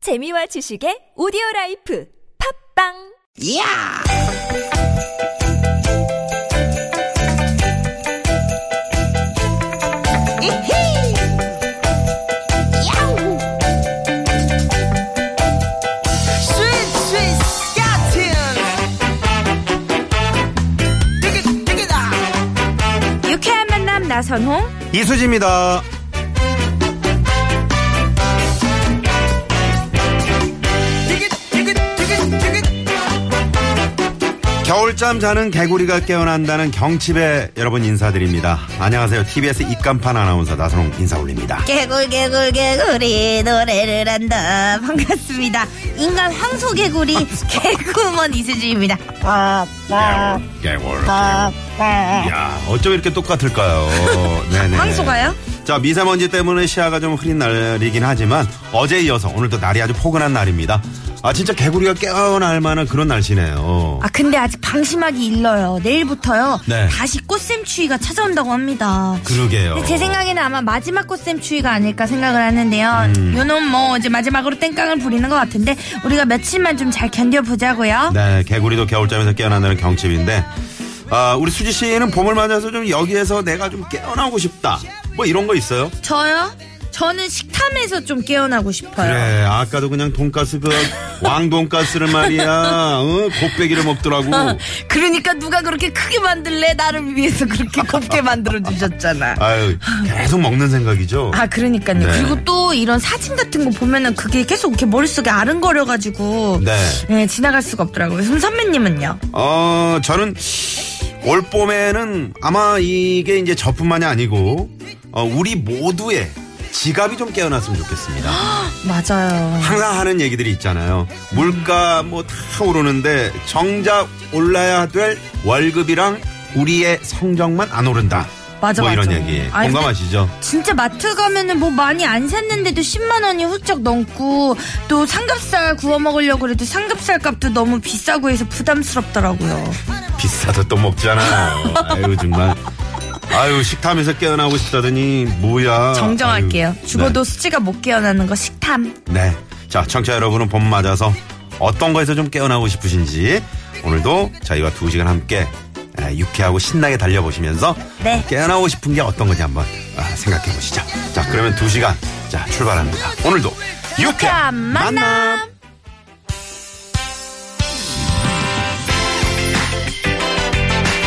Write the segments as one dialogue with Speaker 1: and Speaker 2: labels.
Speaker 1: 재미와 지식의 오디오 라이프 팝빵
Speaker 2: 이야! 이히! 야우! 스윗, 스윗, 야틴! 띠기, 띠기다!
Speaker 3: 유쾌한 만남 나선홍
Speaker 4: 이수지입니다.
Speaker 2: 띠기, 띠기, 띠기, 띠기!
Speaker 4: 겨울잠 자는 개구리가 깨어난다는 경칩에 여러분 인사드립니다. 안녕하세요. TBS 입간판 아나운서 나선홍 인사 올립니다.
Speaker 3: 개굴 개굴 개구리 노래를 한다 반갑습니다 인간 황소 개구리 개구먼 이수지입니다
Speaker 4: 개울, 개울. 야, 어쩜 이렇게 똑같을까요? 네네.
Speaker 3: 황소가요?
Speaker 4: 자, 미세먼지 때문에 시야가 좀 흐린 날이긴 하지만 어제 이어서 오늘도 날이 아주 포근한 날입니다. 아, 진짜 개구리가 깨어날 만한 그런 날씨네요.
Speaker 3: 아 근데 아직 방심하기 일러요 내일부터요
Speaker 4: 네.
Speaker 3: 다시 꽃샘 추위가 찾아온다고 합니다
Speaker 4: 그러게요.
Speaker 3: 근데 제 생각에는 아마 마지막 꽃샘 추위가 아닐까 생각을 하는데요
Speaker 4: 음.
Speaker 3: 요놈 뭐 이제 마지막으로 땡깡을 부리는 것 같은데 우리가 며칠만 좀 잘 견뎌보자고요
Speaker 4: 네, 개구리도 겨울잠에서 깨어난다는 경칩인데, 아, 우리 수지 씨는 봄을 맞아서 좀 여기에서 내가 좀 깨어나고 싶다. 뭐 이런 거 있어요?
Speaker 3: 저요? 저는 식탐에서 좀 깨어나고 싶어요
Speaker 4: 그래, 아까도 그냥 돈가스 그 왕돈가스를 말이야, 어, 곱빼기를 먹더라고.
Speaker 3: 그러니까 누가 그렇게 크게 만들래? 나를 위해서 그렇게 곱게 만들어 주셨잖아.
Speaker 4: 아유, 계속 먹는 생각이죠.
Speaker 3: 아, 그러니까요.
Speaker 4: 네.
Speaker 3: 그리고 또 이런 사진 같은 거 보면은 그게 계속 이렇게 머릿속에 아른거려가지고.
Speaker 4: 네.
Speaker 3: 네, 지나갈 수가 없더라고요. 손 선배님은요?
Speaker 4: 어, 저는 올 봄에는 아마 이게 이제 저뿐만이 아니고, 어, 우리 모두의 지갑이 좀 깨어났으면 좋겠습니다.
Speaker 3: 맞아요.
Speaker 4: 항상 하는 얘기들이 있잖아요. 물가 뭐 다 오르는데 정작 올라야 될 월급이랑 우리의 성적만 안 오른다.
Speaker 3: 맞아,
Speaker 4: 뭐 이런
Speaker 3: 맞아.
Speaker 4: 얘기
Speaker 3: 아니,
Speaker 4: 공감하시죠?
Speaker 3: 진짜 마트 가면은 뭐 많이 안 샀는데도 10만원이 훌쩍 넘고 또 삼겹살 구워 먹으려고 그래도 삼겹살 값도 너무 비싸고 해서 부담스럽더라고요.
Speaker 4: 비싸도 또 먹잖아요. 아유 정말. 아유 식탐에서 깨어나고 싶다더니 뭐야.
Speaker 3: 정정할게요.
Speaker 4: 아, 아유,
Speaker 3: 죽어도 수지가 못 깨어나는 거 식탐.
Speaker 4: 네. 네. 자 청취자 여러분은 봄 맞아서 어떤 거에서 좀 깨어나고 싶으신지 오늘도 저희와 두 시간 함께 에, 유쾌하고 신나게 달려보시면서
Speaker 3: 네.
Speaker 4: 깨어나고 싶은 게 어떤 건지 한번 아, 생각해 보시죠. 자, 그러면 두 시간 자 출발합니다. 오늘도 유쾌
Speaker 3: 유쾌한 만남.
Speaker 4: 만남.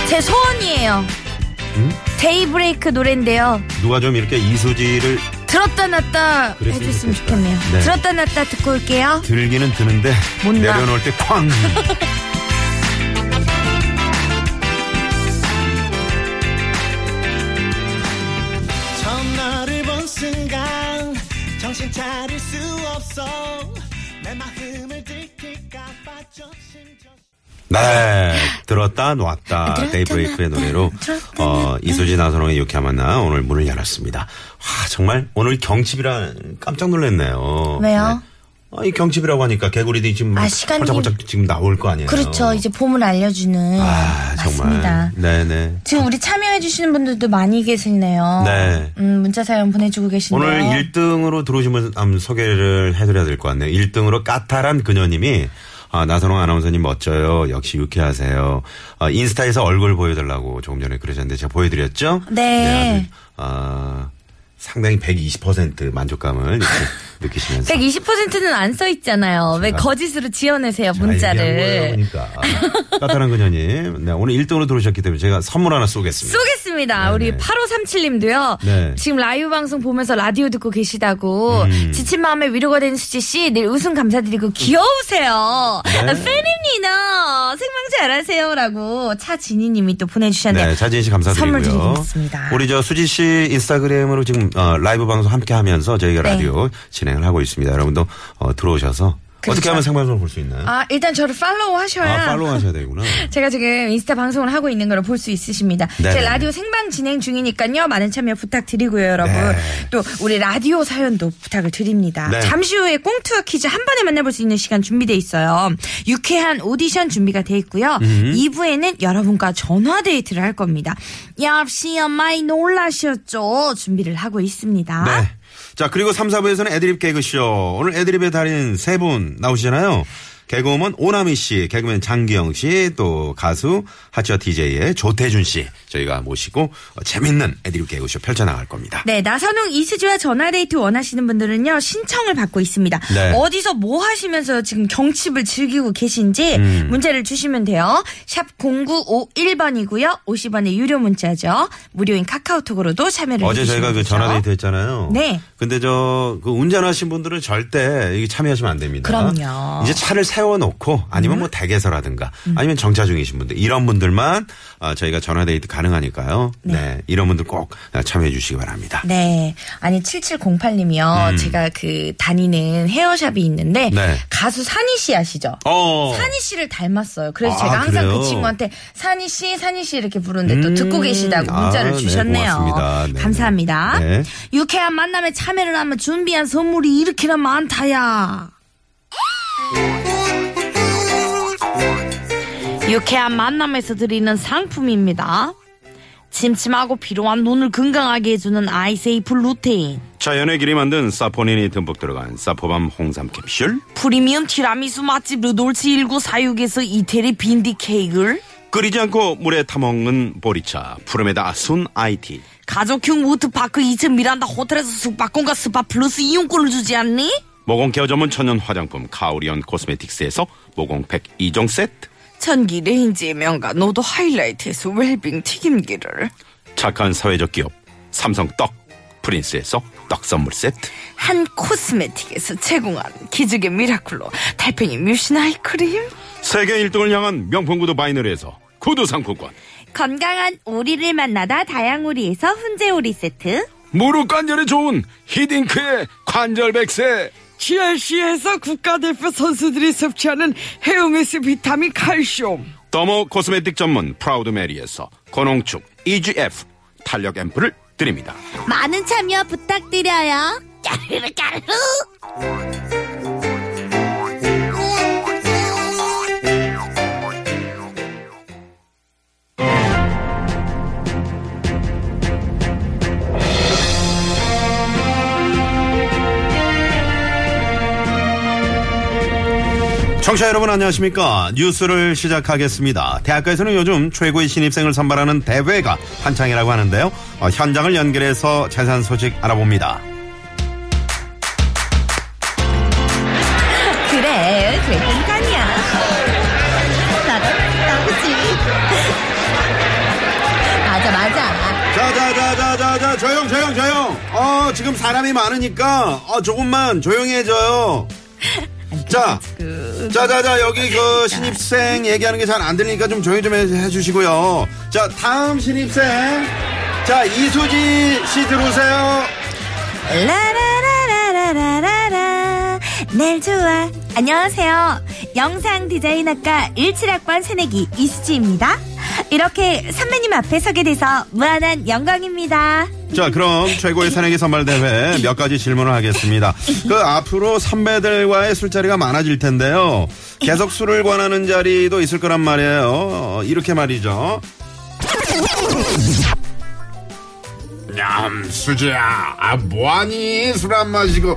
Speaker 3: 제 소원이에요. 데이브레이크 노래인데요.
Speaker 4: 누가 좀 이렇게 이수지를
Speaker 3: 들었다 놨다
Speaker 4: 그랬으면
Speaker 3: 해줬으면
Speaker 4: 좋겠다.
Speaker 3: 좋겠네요.
Speaker 4: 네.
Speaker 3: 들었다 놨다 듣고 올게요.
Speaker 4: 들기는 드는데
Speaker 3: 못 나.
Speaker 4: 내려놓을 때 쾅.
Speaker 5: 처음 너를 본 순간 정신 차릴 수 없어 내 마음을 들킬까봐 조심조심 아,
Speaker 4: 네. 들었다 놓았다
Speaker 3: 들었다
Speaker 4: 데이브레이크의
Speaker 3: 놨다,
Speaker 4: 노래로
Speaker 3: 들었다
Speaker 4: 어,
Speaker 3: 놨다.
Speaker 4: 이수지 나선홍의 유쾌한 만남 오늘 문을 열었습니다. 와 정말 오늘 경칩이란 깜짝 놀랐네요.
Speaker 3: 왜요?
Speaker 4: 아, 이 경칩이라고 하니까 개구리들이 지금
Speaker 3: 아, 시간이-
Speaker 4: 홀짝홀짝 지금 나올 거 아니에요.
Speaker 3: 그렇죠. 이제 봄을 알려주는.
Speaker 4: 아 정말.
Speaker 3: 맞습니다.
Speaker 4: 네네.
Speaker 3: 지금 우리 참여해주시는 분들도 많이 계시네요.
Speaker 4: 네.
Speaker 3: 음, 문자 사연 보내주고 계시네요.
Speaker 4: 오늘 1등으로 들어오신 분 한번 소개를 해드려야 될 것 같네요. 1등으로 까탈한 그녀님이 아, 나선홍 아나운서님 멋져요. 역시 유쾌하세요. 아, 인스타에서 얼굴 보여달라고 조금 전에 그러셨는데 제가 보여드렸죠?
Speaker 3: 네.
Speaker 4: 아주, 아, 상당히 120% 만족감을 이렇게 느끼시면서.
Speaker 3: 120%는 안 써 있잖아요. 왜 거짓으로 지어내세요, 문자를.
Speaker 4: 그러니까. 까탈한 그녀님. 네, 오늘 1등으로 들어오셨기 때문에 제가 선물 하나 쏘겠습니다.
Speaker 3: 쏘겠습니다. 우리 8537님도요.
Speaker 4: 네.
Speaker 3: 지금 라이브 방송 보면서 라디오 듣고 계시다고 지친 마음에 위로가 되는 수지 씨, 늘 웃음 감사드리고 귀여우세요.
Speaker 4: 네.
Speaker 3: 팬입니다. 생방 잘하세요라고 차진희님이 또 보내주셨네요.
Speaker 4: 네, 차진 씨 감사드리고요.
Speaker 3: 선물 드리겠습니다.
Speaker 4: 우리 저 수지 씨 인스타그램으로 지금 어, 라이브 방송 함께 하면서 저희가
Speaker 3: 네.
Speaker 4: 라디오 진행을 하고 있습니다. 여러분도 어, 들어오셔서 어떻게
Speaker 3: 그렇죠.
Speaker 4: 하면 생방송을 볼 수 있나요?
Speaker 3: 아 일단 저를 팔로우 하셔야.
Speaker 4: 아, 팔로우 하셔야 되구나.
Speaker 3: 제가 지금 인스타 방송을 하고 있는 걸 볼 수 있으십니다.
Speaker 4: 네.
Speaker 3: 제 라디오 생방 진행 중이니까요. 많은 참여 부탁드리고요, 여러분.
Speaker 4: 네.
Speaker 3: 또 우리 라디오 사연도 부탁을 드립니다.
Speaker 4: 네.
Speaker 3: 잠시 후에 꽁투와 퀴즈 한 번에 만나볼 수 있는 시간 준비돼 있어요. 유쾌한 오디션 준비가 돼 있고요.
Speaker 4: 음.
Speaker 3: 2부에는 여러분과 전화 데이트를 할 겁니다. 역시 엄마이 놀라셨죠? 준비를 하고 있습니다.
Speaker 4: 네.
Speaker 6: 자, 그리고 3, 4부에서는 애드립 개그쇼. 오늘 애드립의 달인 세 분 나오시잖아요. 개그우먼 오나미 씨, 개그맨 장기영 씨, 또 가수 하츠와 TJ의 조태준 씨. 저희가 모시고 어, 재밌는 애드립 개그쇼 펼쳐나갈 겁니다.
Speaker 3: 네, 나선홍 이수지와 전화데이트 원하시는 분들은요, 신청을 받고 있습니다.
Speaker 6: 네.
Speaker 3: 어디서 뭐 하시면서 지금 경칩을 즐기고 계신지
Speaker 6: 음.
Speaker 3: 문제를 주시면 돼요. 샵 0951번이고요. 50원의 유료 문자죠. 무료인 카카오톡으로도 참여를
Speaker 6: 어제
Speaker 3: 해주시면
Speaker 6: 저희가 그
Speaker 3: 되죠.
Speaker 6: 전화데이트 했잖아요.
Speaker 3: 네.
Speaker 6: 근데 저, 그 운전하신 분들은 절대 이게 참여하시면 안 됩니다.
Speaker 3: 그럼요. 음.
Speaker 6: 이제 차를 세워놓고 아니면 뭐 댁에서라든가 아니면 정차 중이신 분들 이런 분들만 아, 저희가 전화데이트 가능하니까요. 네. 이런 분들 꼭 참여해 주시기 바랍니다.
Speaker 3: 네. 아니, 7708님이요. 제가 그 다니는 헤어샵이 있는데,
Speaker 6: 음. 네.
Speaker 3: 가수 산희 씨 아시죠?
Speaker 6: 어.
Speaker 3: 산희 씨를 닮았어요. 그래서
Speaker 6: 아,
Speaker 3: 제가 항상
Speaker 6: 그래요? 음.
Speaker 3: 그 친구한테 산희 씨, 산희 씨 이렇게 부르는데 또 듣고 계시다고
Speaker 6: 아,
Speaker 3: 문자를
Speaker 6: 네,
Speaker 3: 주셨네요.
Speaker 6: 고맙습니다. 네,
Speaker 3: 감사합니다.
Speaker 6: 네.
Speaker 3: 유쾌한 만남에 참여를 하면 준비한 선물이 이렇게나 많다야. 유쾌한 만남에서 드리는 상품입니다. 침침하고 피로한 눈을 건강하게 해주는 아이세이프 루테인.
Speaker 6: 자연의 길이 만든 사포닌이 듬뿍 들어간 사포밤 홍삼 캡슐.
Speaker 3: 프리미엄 티라미수 맛집 르돌치 1946에서 이태리 빈디 케이크를
Speaker 6: 끓이지 않고 물에 타먹는 보리차. 푸르메다 순 아이티.
Speaker 3: 가족형 워터파크 2층 미란다 호텔에서 숙박권과 스파 플러스 이용권을 주지 않니?
Speaker 6: 모공 케어 전문 천연 화장품 카오리언 코스메틱스에서 모공팩 2종 세트.
Speaker 3: 전기 레인지의 명가 노도 하이라이트에서 웰빙 튀김기를
Speaker 6: 착한 사회적 기업 삼성 떡 프린스에서 떡 선물 세트.
Speaker 3: 한 코스메틱에서 제공한 기적의 미라클로 달팽이 뮤신 아이크림
Speaker 6: 세계 1등을 향한 명품 구두 바이너리에서 구두 상품권.
Speaker 3: 건강한 오리를 만나다 다양오리에서 훈제오리 세트
Speaker 6: 무릎 관절에 좋은 히딩크의 관절 백세.
Speaker 7: GRC에서 국가대표 선수들이 섭취하는 헤어메스 비타민 칼슘
Speaker 6: 더모 코스메틱 전문 프라우드 메리에서 고농축 EGF 탄력 앰플을 드립니다.
Speaker 3: 많은 참여 부탁드려요
Speaker 6: 청취자 여러분 안녕하십니까. 뉴스를 시작하겠습니다. 대학가에서는 요즘 최고의 신입생을 선발하는 대회가 한창이라고 하는데요. 어, 현장을 연결해서 재산 소식 알아봅니다.
Speaker 3: 그래 그래 인간이야 나도 나쁘지 맞아 맞아
Speaker 6: 자자자자자자 조용 조용 조용. 어 지금 사람이 많으니까 어 조금만 조용해져요. 자, 자자자 여기 그 신입생 얘기하는 게 잘 안 들리니까 좀 조용 좀 해- 해주시고요. 자 다음 신입생 자 이수지 씨 들어오세요.
Speaker 3: 라라라라라라라 날 좋아 안녕하세요 영상 디자인학과 17학번 새내기 이수지입니다 이렇게 선배님 앞에 서게 돼서 무한한 영광입니다
Speaker 6: 자, 그럼 최고의 사내기 선발 대회 몇 가지 질문을 하겠습니다. 그 앞으로 선배들과의 술자리가 많아질 텐데요. 계속 술을 권하는 자리도 있을 거란 말이에요. 어, 이렇게 말이죠.
Speaker 4: 얌 수지야 아 뭐하니 술 안 마시고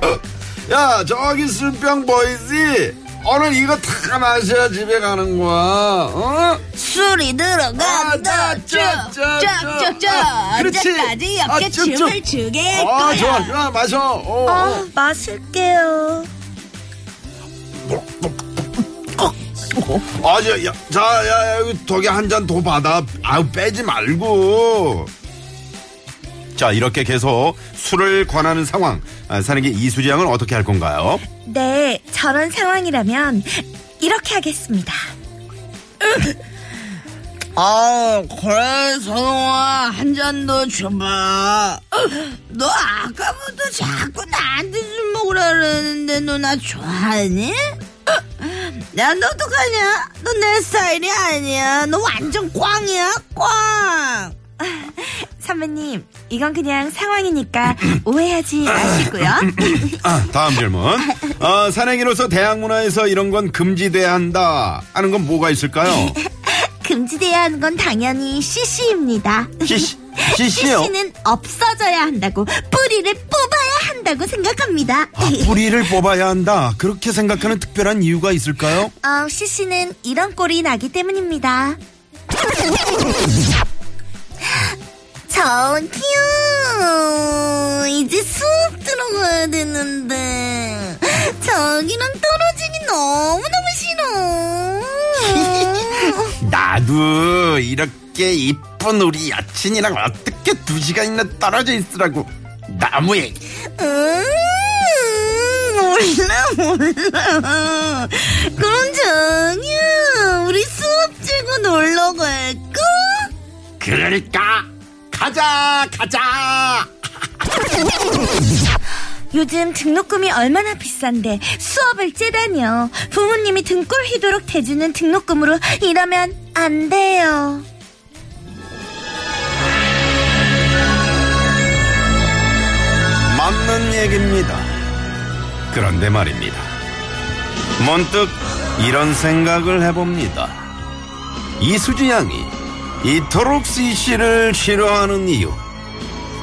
Speaker 6: 야, 저기 술병 보이지? 오늘 이거 다 마셔야 집에 가는 거야. 어?
Speaker 3: 술이 들어간다 쫙쫙쫙 언제까지
Speaker 6: 아,
Speaker 3: 옆에
Speaker 6: 쭉, 쭉.
Speaker 3: 아, 춤을 추게 할
Speaker 6: 아,
Speaker 3: 거야
Speaker 6: 좋아, 좋아, 마셔. 어, 어.
Speaker 3: 아, 마실게요.
Speaker 6: 아, 저, 야, 자, 야, 야, 여기 저기 한 잔 더 받아. 아우, 빼지 말고. 자, 이렇게 계속 술을 권하는 상황. 아, 사는 게 이수지 양은 어떻게 할 건가요?
Speaker 3: 네, 저런 상황이라면 이렇게 하겠습니다.
Speaker 7: 아 그래 선홍아 한 잔 더 줘봐 너 아까부터 자꾸 나한테 술 먹으라 그러는데 너 나 좋아하니? 야 너도 가냐? 너 내 스타일이 아니야 너 완전 꽝이야 꽝
Speaker 3: 선배님, 이건 그냥 상황이니까 오해하지 마시고요.
Speaker 6: 아, 다음 질문. 어, 산행이로서 대학 문화에서 이런 건 금지돼야 한다. 하는 건 뭐가 있을까요?
Speaker 3: 금지돼야 하는 건 당연히 CC입니다.
Speaker 6: CC, CC요?
Speaker 3: 는 없어져야 한다고 뿌리를 뽑아야
Speaker 7: 한다고 생각합니다.
Speaker 6: 아, 뿌리를 뽑아야 한다. 그렇게 생각하는 특별한 이유가 있을까요?
Speaker 7: 어, CC는 이런 꼴이 나기 때문입니다. 저기요. 이제 수업 들어가야 되는데. 저기랑 떨어지기 너무너무 싫어.
Speaker 4: 나도 이렇게 이쁜 우리 여친이랑 어떻게 두 시간이나 떨어져 있으라고 나무에
Speaker 7: 음, 몰라, 몰라. 그럼 정유, 우리 수업 재고 놀러 갈까?
Speaker 4: 그럴까? 그러니까 가자 가자
Speaker 3: 요즘 등록금이 얼마나 비싼데 수업을 째다니요. 부모님이 등골 휘도록 대주는 등록금으로 이러면 안 돼요.
Speaker 6: 맞는 얘기입니다. 그런데 말입니다. 문득 이런 생각을 해봅니다. 이수지 양이 이토록 CC를 싫어하는 이유.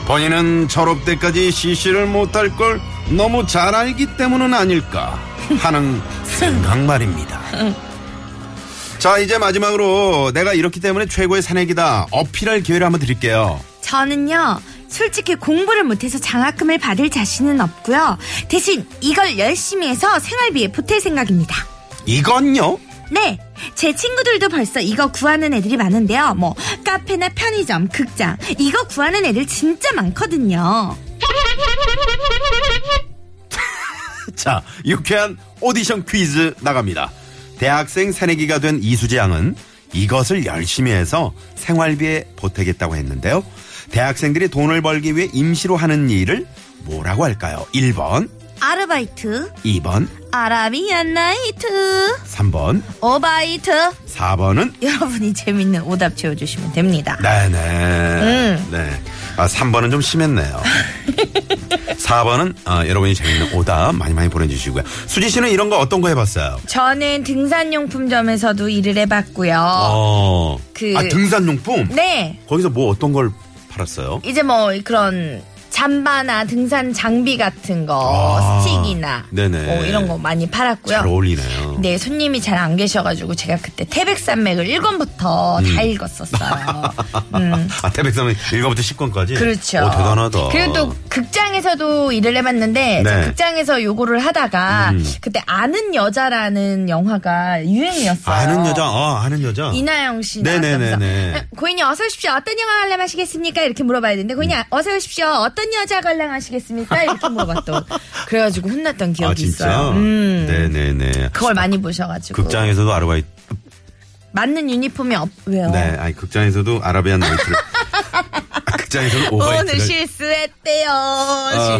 Speaker 6: 본인은 졸업 때까지 CC를 못할 걸 너무 잘 알기 때문은 아닐까 하는 생각 말입니다. 자, 이제 마지막으로 내가 이렇기 때문에 최고의 산액이다. 어필할 기회를 한번 드릴게요.
Speaker 3: 저는요, 솔직히 공부를 못해서 장학금을 받을 자신은 없고요. 대신 이걸 열심히 해서 생활비에 보탤 생각입니다.
Speaker 6: 이건요?
Speaker 3: 네, 제 친구들도 벌써 이거 구하는 애들이 많은데요. 뭐 카페나 편의점, 극장 이거 구하는 애들 진짜 많거든요.
Speaker 6: 자, 유쾌한 오디션 퀴즈 나갑니다. 대학생 새내기가 된 이수지 양은 이것을 열심히 해서 생활비에 보태겠다고 했는데요. 대학생들이 돈을 벌기 위해 임시로 하는 일을 뭐라고 할까요? 1번,
Speaker 3: 아르바이트,
Speaker 6: 2번,
Speaker 3: 아라비안 나이트,
Speaker 6: 3번,
Speaker 3: 오바이트.
Speaker 6: 4번은
Speaker 3: 여러분이 재밌는 오답 채워주시면 됩니다.
Speaker 6: 네네. 네. 아, 3번은 좀 심했네요. 4번은 아, 여러분이 재밌는 오답 많이 많이 보내주시고요. 수지 씨는 이런 거 어떤 거 해봤어요?
Speaker 3: 저는 등산용품점에서도 일을 해봤고요.
Speaker 6: 어.
Speaker 3: 그-
Speaker 6: 아, 등산용품?
Speaker 3: 네,
Speaker 6: 거기서 뭐 어떤 걸 팔았어요?
Speaker 3: 이제 뭐 그런 잠바나 등산 장비 같은 거,
Speaker 6: 아,
Speaker 3: 스틱이나
Speaker 6: 네네.
Speaker 3: 뭐 이런 거 많이 팔았고요.
Speaker 6: 잘 어울리네요.
Speaker 3: 네, 손님이 잘 안 계셔가지고 제가 그때 태백산맥을 1권부터 다
Speaker 6: 음.
Speaker 3: 읽었었어요. 음.
Speaker 6: 아, 태백산은 1권부터 10권까지?
Speaker 3: 그렇죠.
Speaker 6: 오, 대단하다.
Speaker 3: 그리고 또 극장에서도 일을 해봤는데
Speaker 6: 네. 음.
Speaker 3: 저 극장에서 요거를 하다가 그때 아는 여자라는 영화가 유행이었어요.
Speaker 6: 아는 여자, 어, 아는 여자.
Speaker 3: 이나영 씨
Speaker 6: 네네네네.
Speaker 3: 나왔다면서 고인이 어서 오십시오. 어떤 영화 관람하시겠습니까? 이렇게 물어봐야 되는데 고인이
Speaker 6: 음.
Speaker 3: 어서 오십시오. 어떤 여자 관람하시겠습니까? 이렇게 물어봤던. 그래가지고 혼났던 기억이
Speaker 6: 아, 진짜?
Speaker 3: 있어요. 음.
Speaker 6: 네네네.
Speaker 3: 그걸 많이 보셔가지고
Speaker 6: 극장에서도 아르바이트,
Speaker 3: 맞는 유니폼이 없 왜요?
Speaker 6: 네, 아니, 극장에서도 아라비안 나이트를. 아, 극장에서도 오바이트를.
Speaker 3: 오늘 실수했대요.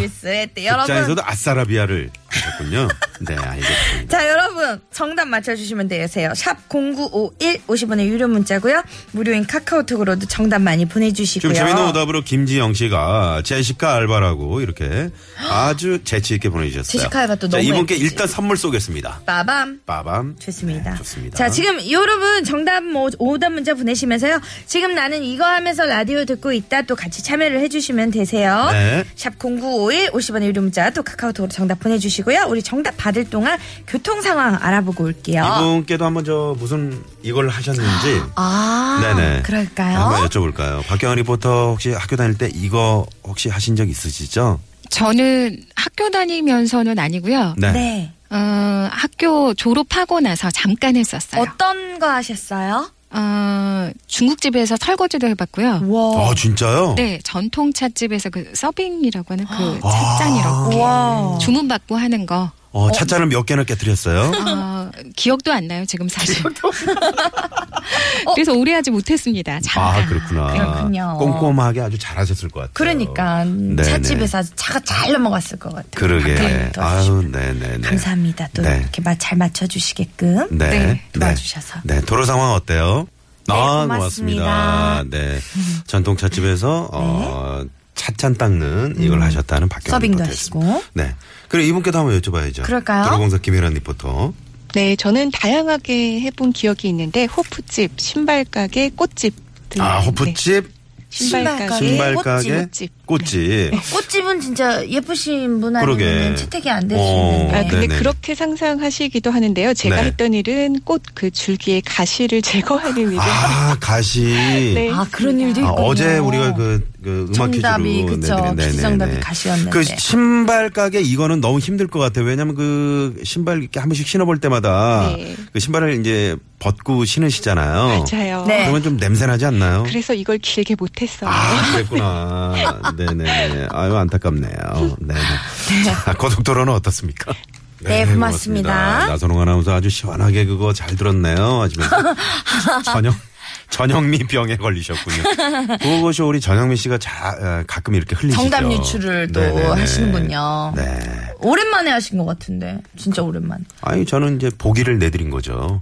Speaker 3: 실수했대. 여러분.
Speaker 6: 아, 극장에서도 아싸라비아를 하셨군요. 네, 알겠습니다.
Speaker 3: 자, 여러분. 정답 맞춰주시면 되세요. 샵 0951 50원의 유료 문자고요. 무료인 카카오톡으로도 정답 많이 보내주시고요.
Speaker 6: 지금 재미있는 오답으로 김지영 씨가 제시카 알바라고 이렇게 아주 재치있게 보내주셨어요.
Speaker 3: 제시카 알바 또
Speaker 6: 자,
Speaker 3: 너무
Speaker 6: 이분께
Speaker 3: 예쁘지.
Speaker 6: 일단 선물 쏘겠습니다.
Speaker 3: 빠밤.
Speaker 6: 빠밤.
Speaker 3: 좋습니다.
Speaker 6: 네, 좋습니다.
Speaker 3: 자, 지금 여러분 정답 뭐 오답 문자 보내시면서요. 지금 나는 이거 하면서 라디오 듣고 있다 또 같이 참여를 해주시면 되세요.
Speaker 6: 네.
Speaker 3: 샵 0951 50원의 유료 문자 또 카카오톡으로 정답 보내주시고요. 우리 정답 받을 동안 교통 상황 알아보고 올게요.
Speaker 6: 이분께도 한번 저 무슨 이걸 하셨는지
Speaker 3: 아,
Speaker 6: 네네
Speaker 3: 그럴까요?
Speaker 6: 한번 여쭤볼까요? 박경원 리포터 혹시 학교 다닐 때 이거 혹시 하신 적 있으시죠?
Speaker 8: 저는 학교 다니면서는 아니고요.
Speaker 6: 네.
Speaker 3: 네.
Speaker 8: 어, 학교 졸업하고 나서 잠깐 했었어요.
Speaker 3: 어떤 거 하셨어요?
Speaker 8: 어, 중국집에서 설거지도 해봤고요.
Speaker 6: 아 진짜요?
Speaker 8: 네, 전통 찻집에서 그 서빙이라고 하는 그
Speaker 9: 아.
Speaker 8: 찻잔 이렇게
Speaker 3: 와.
Speaker 8: 주문받고 하는 거.
Speaker 6: 어, 찻잔을 몇 개나 깨뜨렸어요?
Speaker 9: 아.
Speaker 8: 어, 기억도 안 나요, 지금 사실.
Speaker 9: 어.
Speaker 8: 그래서 오래 하지 못했습니다. 잠깐.
Speaker 6: 아 그렇구나.
Speaker 3: 그렇군요.
Speaker 6: 꼼꼼하게 아주 잘하셨을 것 같아요.
Speaker 3: 그러니까
Speaker 6: 네네.
Speaker 3: 찻집에서 아주 차가 잘 넘어갔을 것 같아요.
Speaker 6: 그러게.
Speaker 3: 박태환부터
Speaker 6: 아유
Speaker 3: 해주시고.
Speaker 6: 네네네.
Speaker 3: 감사합니다. 또
Speaker 6: 네.
Speaker 3: 이렇게 맛 잘 맞춰주시게끔
Speaker 6: 네.
Speaker 8: 네,
Speaker 3: 도와주셔서.
Speaker 6: 네. 도로 상황 어때요?
Speaker 3: 네,
Speaker 6: 아,
Speaker 3: 고맙습니다.
Speaker 6: 고맙습니다. 네. 전통 찻집에서 어, 찻잔 닦는 이걸 하셨다는 박경원
Speaker 3: 네. 음. 서빙도
Speaker 6: 리포터였습니다.
Speaker 3: 하시고.
Speaker 6: 네. 그리고 이분께도 한번 여쭤봐야죠.
Speaker 3: 그럴까요?
Speaker 6: 도로공사 김혜란 리포터.
Speaker 9: 네, 저는 다양하게 해본 기억이 있는데 호프집, 신발가게, 꽃집
Speaker 3: 네,
Speaker 9: 등.
Speaker 6: 아, 호프집,
Speaker 9: 신발가게,
Speaker 6: 신발가게,
Speaker 9: 꽃집.
Speaker 6: 꽃집.
Speaker 3: 네. 꽃집은 진짜 예쁘신 분 아니면
Speaker 6: 그러게.
Speaker 3: 채택이 안
Speaker 6: 어.
Speaker 9: 아,
Speaker 3: 되시는데.
Speaker 9: 근데
Speaker 6: 네네.
Speaker 9: 그렇게 상상하시기도 하는데요. 제가
Speaker 6: 네.
Speaker 9: 했던 일은 꽃 그 줄기에 가시를 제거하는 일을
Speaker 6: 아, 가시.
Speaker 9: 네.
Speaker 3: 아, 그런 일도
Speaker 6: 아,
Speaker 3: 있고.
Speaker 6: 어제 우리가 그, 그 음악 퀴즈로
Speaker 3: 정답이, 그쵸.
Speaker 6: 네네네,
Speaker 3: 퀴즈
Speaker 6: 네네.
Speaker 3: 정답이 가시였는데.
Speaker 6: 그 신발 가게 이거는 너무 힘들 것 같아요. 왜냐면 그 신발 이렇게 한 번씩 신어볼 때마다
Speaker 9: 네.
Speaker 6: 그 신발을 이제 벗고 신으시잖아요.
Speaker 9: 맞아요.
Speaker 3: 네.
Speaker 6: 그러면 좀 냄새 나지 않나요?
Speaker 9: 그래서 이걸 길게 못했어요.
Speaker 6: 아, 그랬구나. 네네. 아유, 안타깝네요. 네네. 자, 고속도로는 어떻습니까?
Speaker 3: 네, 고맙습니다.
Speaker 6: 나선홍 아나운서 아주 시원하게 그거 잘 들었네요. 하시면서. 전영, 전영미 병에 걸리셨군요. 그것이 우리 전영미 씨가 자, 에, 가끔 이렇게 흘리시죠.
Speaker 3: 정답 유출을 또
Speaker 6: 네네네.
Speaker 3: 하시는군요.
Speaker 6: 네.
Speaker 3: 오랜만에 하신 것 같은데. 진짜 오랜만에.
Speaker 6: 아니, 저는 이제 보기를 내드린 거죠.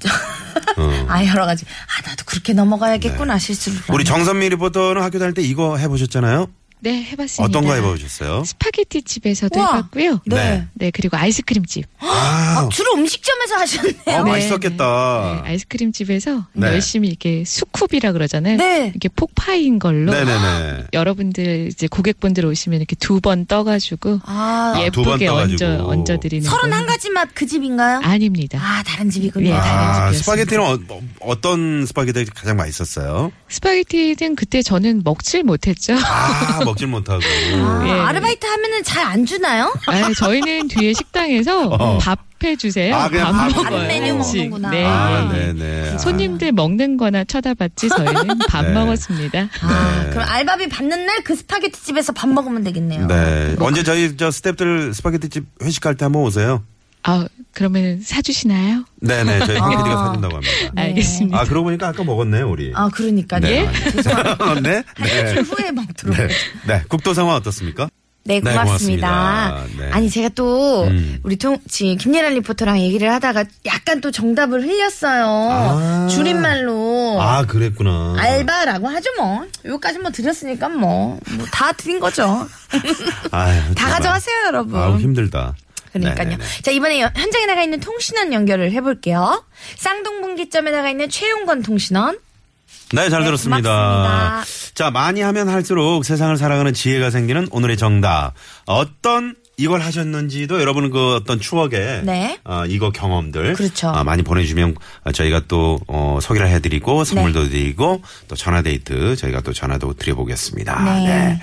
Speaker 6: 어.
Speaker 3: 아, 여러 가지. 아, 나도 그렇게 넘어가야겠구나, 실수로.
Speaker 6: 네. 우리 정선미 리포터는 학교 다닐 때 이거 해보셨잖아요?
Speaker 9: 네, 해봤습니다.
Speaker 6: 어떤 거 해보셨어요?
Speaker 9: 스파게티 집에서도
Speaker 3: 우와.
Speaker 9: 해봤고요.
Speaker 3: 네.
Speaker 6: 네. 어.
Speaker 9: 네, 그리고 아이스크림 집.
Speaker 3: 아, 주로 음식점에서 하셨네요. 네,
Speaker 6: 아, 맛있었겠다.
Speaker 9: 아이스크림 집에서
Speaker 6: 네.
Speaker 9: 열심히 이게 수쿱이라 그러잖아요.
Speaker 3: 네.
Speaker 9: 이렇게 폭파인 걸로
Speaker 6: 네네네.
Speaker 9: 여러분들 이제 고객분들 오시면 이렇게 두 번 떠가지고
Speaker 3: 아,
Speaker 6: 예. 두번
Speaker 9: 예쁘게 얹어
Speaker 6: 떠가지고.
Speaker 9: 얹어 드리는.
Speaker 3: 서른 한 가지 맛 그 집인가요?
Speaker 9: 예. 아닙니다.
Speaker 3: 아, 다른 집이군요.
Speaker 9: 예, 다른
Speaker 6: 아,
Speaker 9: 집이었습니다.
Speaker 6: 스파게티는 어, 어, 떤 스파게티가 가장 맛있었어요?
Speaker 9: 스파게티는 그때 저는 먹질 못했죠.
Speaker 6: 아, 먹질 못하고.
Speaker 3: 아,
Speaker 9: 예.
Speaker 3: 아르바이트 하면은 잘 안 주나요?
Speaker 9: 아, 저희는 뒤에 식당에서
Speaker 6: 어.
Speaker 9: 밥 해주세요.
Speaker 6: 아, 그냥 밥
Speaker 9: 먹어요.
Speaker 6: 다른
Speaker 3: 메뉴
Speaker 9: 한식.
Speaker 3: 먹는구나.
Speaker 9: 네.
Speaker 6: 아,
Speaker 9: 네.
Speaker 6: 네네. 아,
Speaker 9: 손님들 먹는 거나 쳐다봤지 저희는 밥
Speaker 6: 네.
Speaker 9: 먹었습니다.
Speaker 3: 아, 그럼 알바비 받는 날 그 스파게티 집에서 밥 먹으면 되겠네요.
Speaker 6: 네. 언제 저희 저 스탭들 스파게티 집 회식할 때 한번 오세요?
Speaker 9: 아, 그러면 사주시나요?
Speaker 6: 네네.
Speaker 3: 아.
Speaker 6: 저희 황 PD가 사준다고 합니다.
Speaker 3: 네.
Speaker 9: 알겠습니다.
Speaker 6: 아, 그러고 보니까 아까 먹었네요, 우리.
Speaker 3: 아, 그러니까요.
Speaker 6: 네. 네?
Speaker 3: 술
Speaker 6: 네.
Speaker 3: 후에 막 들어오죠.
Speaker 6: 네. 네. 국도 상황 어떻습니까?
Speaker 3: 네,
Speaker 6: 네,
Speaker 3: 고맙습니다.
Speaker 6: 고맙습니다. 네.
Speaker 3: 아니, 제가 또,
Speaker 6: 음.
Speaker 3: 우리 통, 지금 김예란 리포터랑 얘기를 하다가 약간 또 정답을 흘렸어요.
Speaker 6: 아.
Speaker 3: 줄임말로.
Speaker 6: 아, 그랬구나.
Speaker 3: 어. 알바라고 하죠, 뭐. 요까지 뭐 드렸으니까 뭐. 뭐 다 드린 거죠.
Speaker 6: 아유, 정말.
Speaker 3: 다 가져가세요, 여러분.
Speaker 6: 아우, 힘들다.
Speaker 3: 그러니까요.
Speaker 6: 네네네.
Speaker 3: 자, 이번에 여- 현장에 나가 있는 통신원 연결을 해볼게요. 쌍둥분기점에 나가 있는 최용건 통신원.
Speaker 6: 네, 잘
Speaker 3: 네,
Speaker 6: 들었습니다.
Speaker 3: 고맙습니다.
Speaker 6: 자, 많이 하면 할수록 세상을 살아가는 지혜가 생기는 오늘의 정답. 어떤 이걸 하셨는지도 여러분은 그 어떤 추억에
Speaker 3: 네.
Speaker 6: 어, 이거 경험들
Speaker 3: 그렇죠.
Speaker 6: 아, 많이 보내주면 저희가 또 어, 소개를 해드리고
Speaker 3: 네.
Speaker 6: 선물도 드리고 또 전화데이트 저희가 또 전화도 드려보겠습니다.
Speaker 3: 네.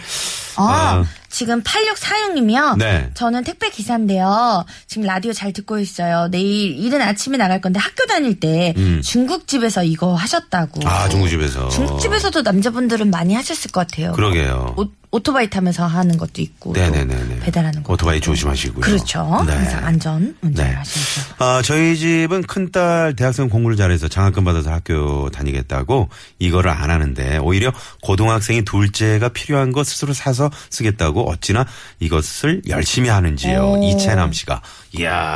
Speaker 3: 아,
Speaker 6: 아.
Speaker 3: 지금 8646님이요.
Speaker 6: 네.
Speaker 3: 저는 택배 기사인데요. 지금 라디오 잘 듣고 있어요. 내일 이른 아침에 나갈 건데 학교 다닐 때
Speaker 6: 음.
Speaker 3: 중국집에서 이거 하셨다고.
Speaker 6: 아, 중국집에서.
Speaker 3: 중국집에서도 남자분들은 많이 하셨을 것 같아요.
Speaker 6: 그러게요.
Speaker 3: 오, 오토바이 타면서 하는 것도 있고.
Speaker 6: 네네네네.
Speaker 3: 또 배달하는 거.
Speaker 6: 오토바이 조심하시고요.
Speaker 3: 그렇죠.
Speaker 6: 네.
Speaker 3: 항상 안전
Speaker 6: 네.
Speaker 3: 운전하셔야죠.
Speaker 6: 아, 저희 집은 큰딸 대학생 공부를 잘해서 장학금 받아서 학교 다니겠다고 이거를 안 하는데 오히려 고등학생이 둘째가 필요한 거 스스로 사서 쓰겠다고 어찌나 이것을 열심히 하는지요. 이채남 씨가. 이야.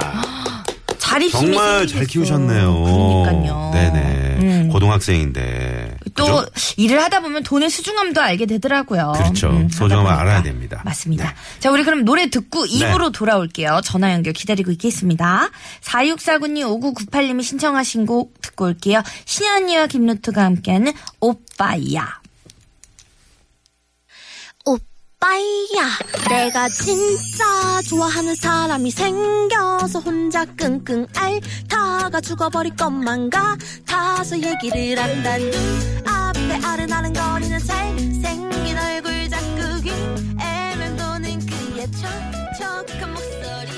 Speaker 3: 자립심이
Speaker 6: 정말
Speaker 3: 생기겠어.
Speaker 6: 잘 키우셨네요.
Speaker 3: 그러니까요.
Speaker 6: 네네.
Speaker 3: 음.
Speaker 6: 고등학생인데.
Speaker 3: 또
Speaker 6: 그죠?
Speaker 3: 일을 하다 보면 돈의 수중함도 알게 되더라고요.
Speaker 6: 그렇죠.
Speaker 3: 음,
Speaker 6: 소중함을
Speaker 3: 하다 보니까.
Speaker 6: 알아야 됩니다.
Speaker 3: 맞습니다.
Speaker 6: 네.
Speaker 3: 자, 우리 그럼 노래 듣고
Speaker 6: 네.
Speaker 3: 2부로 돌아올게요. 전화 연결 기다리고 있겠습니다. 4649님, 5998님이 신청하신 곡 듣고 올게요. 신현이와 김루트가 함께하는 오빠야.
Speaker 2: 오빠야 내가 진짜 좋아하는 사람이 생겨서 혼자 끙끙 앓다가 죽어버릴 것만 같아서 얘기를 한다니 네 앞에 아른아른거리는 잘생긴 얼굴 자꾸 귀에 맴도는 그의 촉촉한 목소리